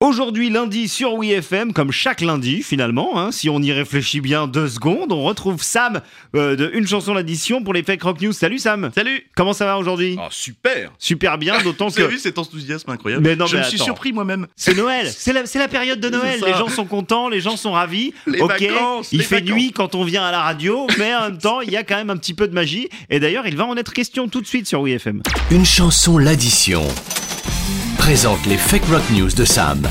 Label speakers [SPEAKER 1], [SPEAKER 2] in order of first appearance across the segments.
[SPEAKER 1] Aujourd'hui, lundi, sur WeFM, comme chaque lundi, finalement, hein, si on y réfléchit bien deux secondes, on retrouve Sam euh, de Une chanson l'addition pour les Fake Rock News. Salut Sam
[SPEAKER 2] Salut
[SPEAKER 1] Comment ça va aujourd'hui
[SPEAKER 2] Oh super
[SPEAKER 1] Super bien, d'autant
[SPEAKER 2] Vous avez
[SPEAKER 1] que
[SPEAKER 2] vu cet enthousiasme incroyable
[SPEAKER 1] Mais non,
[SPEAKER 2] Je
[SPEAKER 1] mais
[SPEAKER 2] me suis
[SPEAKER 1] attends.
[SPEAKER 2] surpris moi-même.
[SPEAKER 1] c'est Noël, c'est la, c'est la période de
[SPEAKER 2] C'est
[SPEAKER 1] Noël,
[SPEAKER 2] ça.
[SPEAKER 1] les gens sont contents, les gens sont ravis.
[SPEAKER 2] Les
[SPEAKER 1] ok,
[SPEAKER 2] vacances,
[SPEAKER 1] il
[SPEAKER 2] les
[SPEAKER 1] fait
[SPEAKER 2] vacances.
[SPEAKER 1] nuit quand on vient à la radio, mais en même temps, il y a quand même un petit peu de magie. Et d'ailleurs, il va en être question tout de suite sur WeFM.
[SPEAKER 3] Une chanson l'addition présente les fake rock news de Sam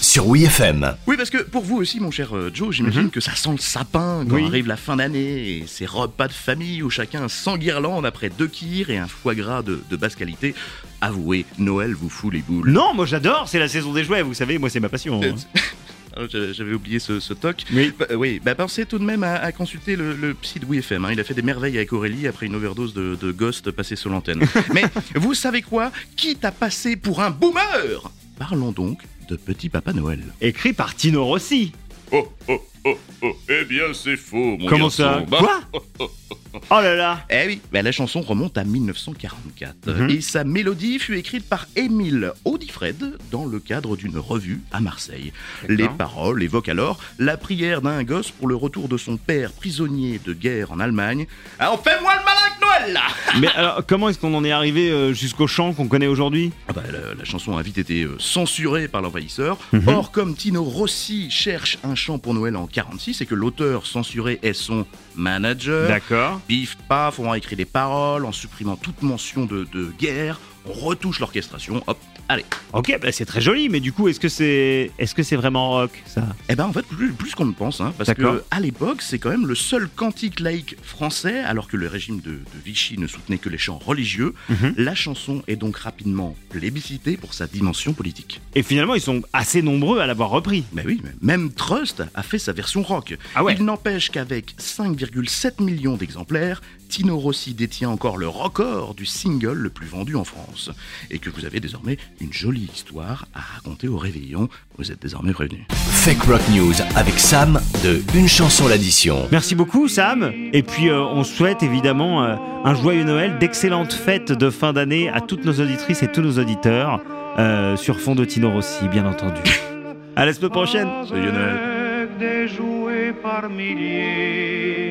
[SPEAKER 3] sur WeFM.
[SPEAKER 2] Oui, parce que pour vous aussi, mon cher euh, Joe, j'imagine que ça sent le sapin quand
[SPEAKER 1] Mhm. Oui.
[SPEAKER 2] arrive la fin d'année et ces repas de famille où chacun s'enguirlande après deux kirs et un foie gras de, de basse qualité. Avouez, Noël vous fout les boules.
[SPEAKER 1] Non, moi j'adore, c'est la saison des jouets, vous savez, moi c'est ma passion. hein.
[SPEAKER 2] Alors, Ah, j'a- J'avais oublié ce, ce toc.
[SPEAKER 1] Oui.
[SPEAKER 2] Bah, euh, oui, bah pensez tout de même à, à consulter le, le psy de WeFM. hein. Il a fait des merveilles avec Aurélie après une overdose de, de Ghost passée sur l'antenne. Mais vous savez quoi Quitte à passer pour un boomer Parlons donc de Petit Papa Noël.
[SPEAKER 1] Écrit par Tino Rossi.
[SPEAKER 2] Oh, oh, oh, oh, eh bien c'est faux, mon
[SPEAKER 1] Comment ça
[SPEAKER 2] garçon. Bah,
[SPEAKER 1] Quoi Oh là là
[SPEAKER 2] Eh oui, bah, la chanson remonte à 1944
[SPEAKER 1] Mhm.
[SPEAKER 2] et sa mélodie fut écrite par Émile Audifred dans le cadre d'une revue à Marseille. Les paroles évoquent alors la prière d'un gosse pour le retour de son père prisonnier de guerre en Allemagne. Ah, on fait moins le malin que Noël là
[SPEAKER 1] Mais alors, comment est-ce qu'on en est arrivé euh, jusqu'au chant qu'on connaît aujourd'hui
[SPEAKER 2] Ah bah, la, la chanson a vite été euh, censurée par l'envahisseur. Or, comme Tino Rossi cherche un chant pour Noël en 46 et que l'auteur censuré est son manager,
[SPEAKER 1] D'accord.
[SPEAKER 2] Pif, paf, on a écrit des paroles en supprimant toute mention de, de guerre, on retouche l'orchestration, hop, allez.
[SPEAKER 1] Ok, bah, c'est très joli, mais du coup, est-ce que c'est est-ce que c'est vraiment rock ça
[SPEAKER 2] Eh ben en fait, plus, plus qu'on ne pense, hein, parce
[SPEAKER 1] D'accord.
[SPEAKER 2] que à l'époque, c'est quand même le seul cantique laïque français, alors que le régime de, de Vichy ne soutenait que les chants religieux.
[SPEAKER 1] Mhm.
[SPEAKER 2] La chanson est donc rapidement plébiscitée pour sa dimension politique.
[SPEAKER 1] Et finalement, ils sont assez nombreux à l'avoir repris.
[SPEAKER 2] Mais oui, mais même Trust a fait sa version rock.
[SPEAKER 1] Ah ouais.
[SPEAKER 2] Il n'empêche qu'avec 5,7 millions d'exemplaires, Tino Rossi détient encore le record du single le plus vendu en France. Et que vous avez désormais une jolie histoire à raconter au réveillon. Vous êtes désormais prévenus.
[SPEAKER 3] Fake rock news avec Sam de Une chanson l'addition.
[SPEAKER 1] Merci beaucoup, Sam. Et puis, euh, on souhaite évidemment euh, un joyeux Noël, d'excellentes fêtes de fin d'année à toutes nos auditrices et tous nos auditeurs, euh, sur fond de Tino Rossi, bien entendu. À la semaine prochaine.
[SPEAKER 2] Salut, Lionel.
[SPEAKER 4] Avec des jouets par milliers.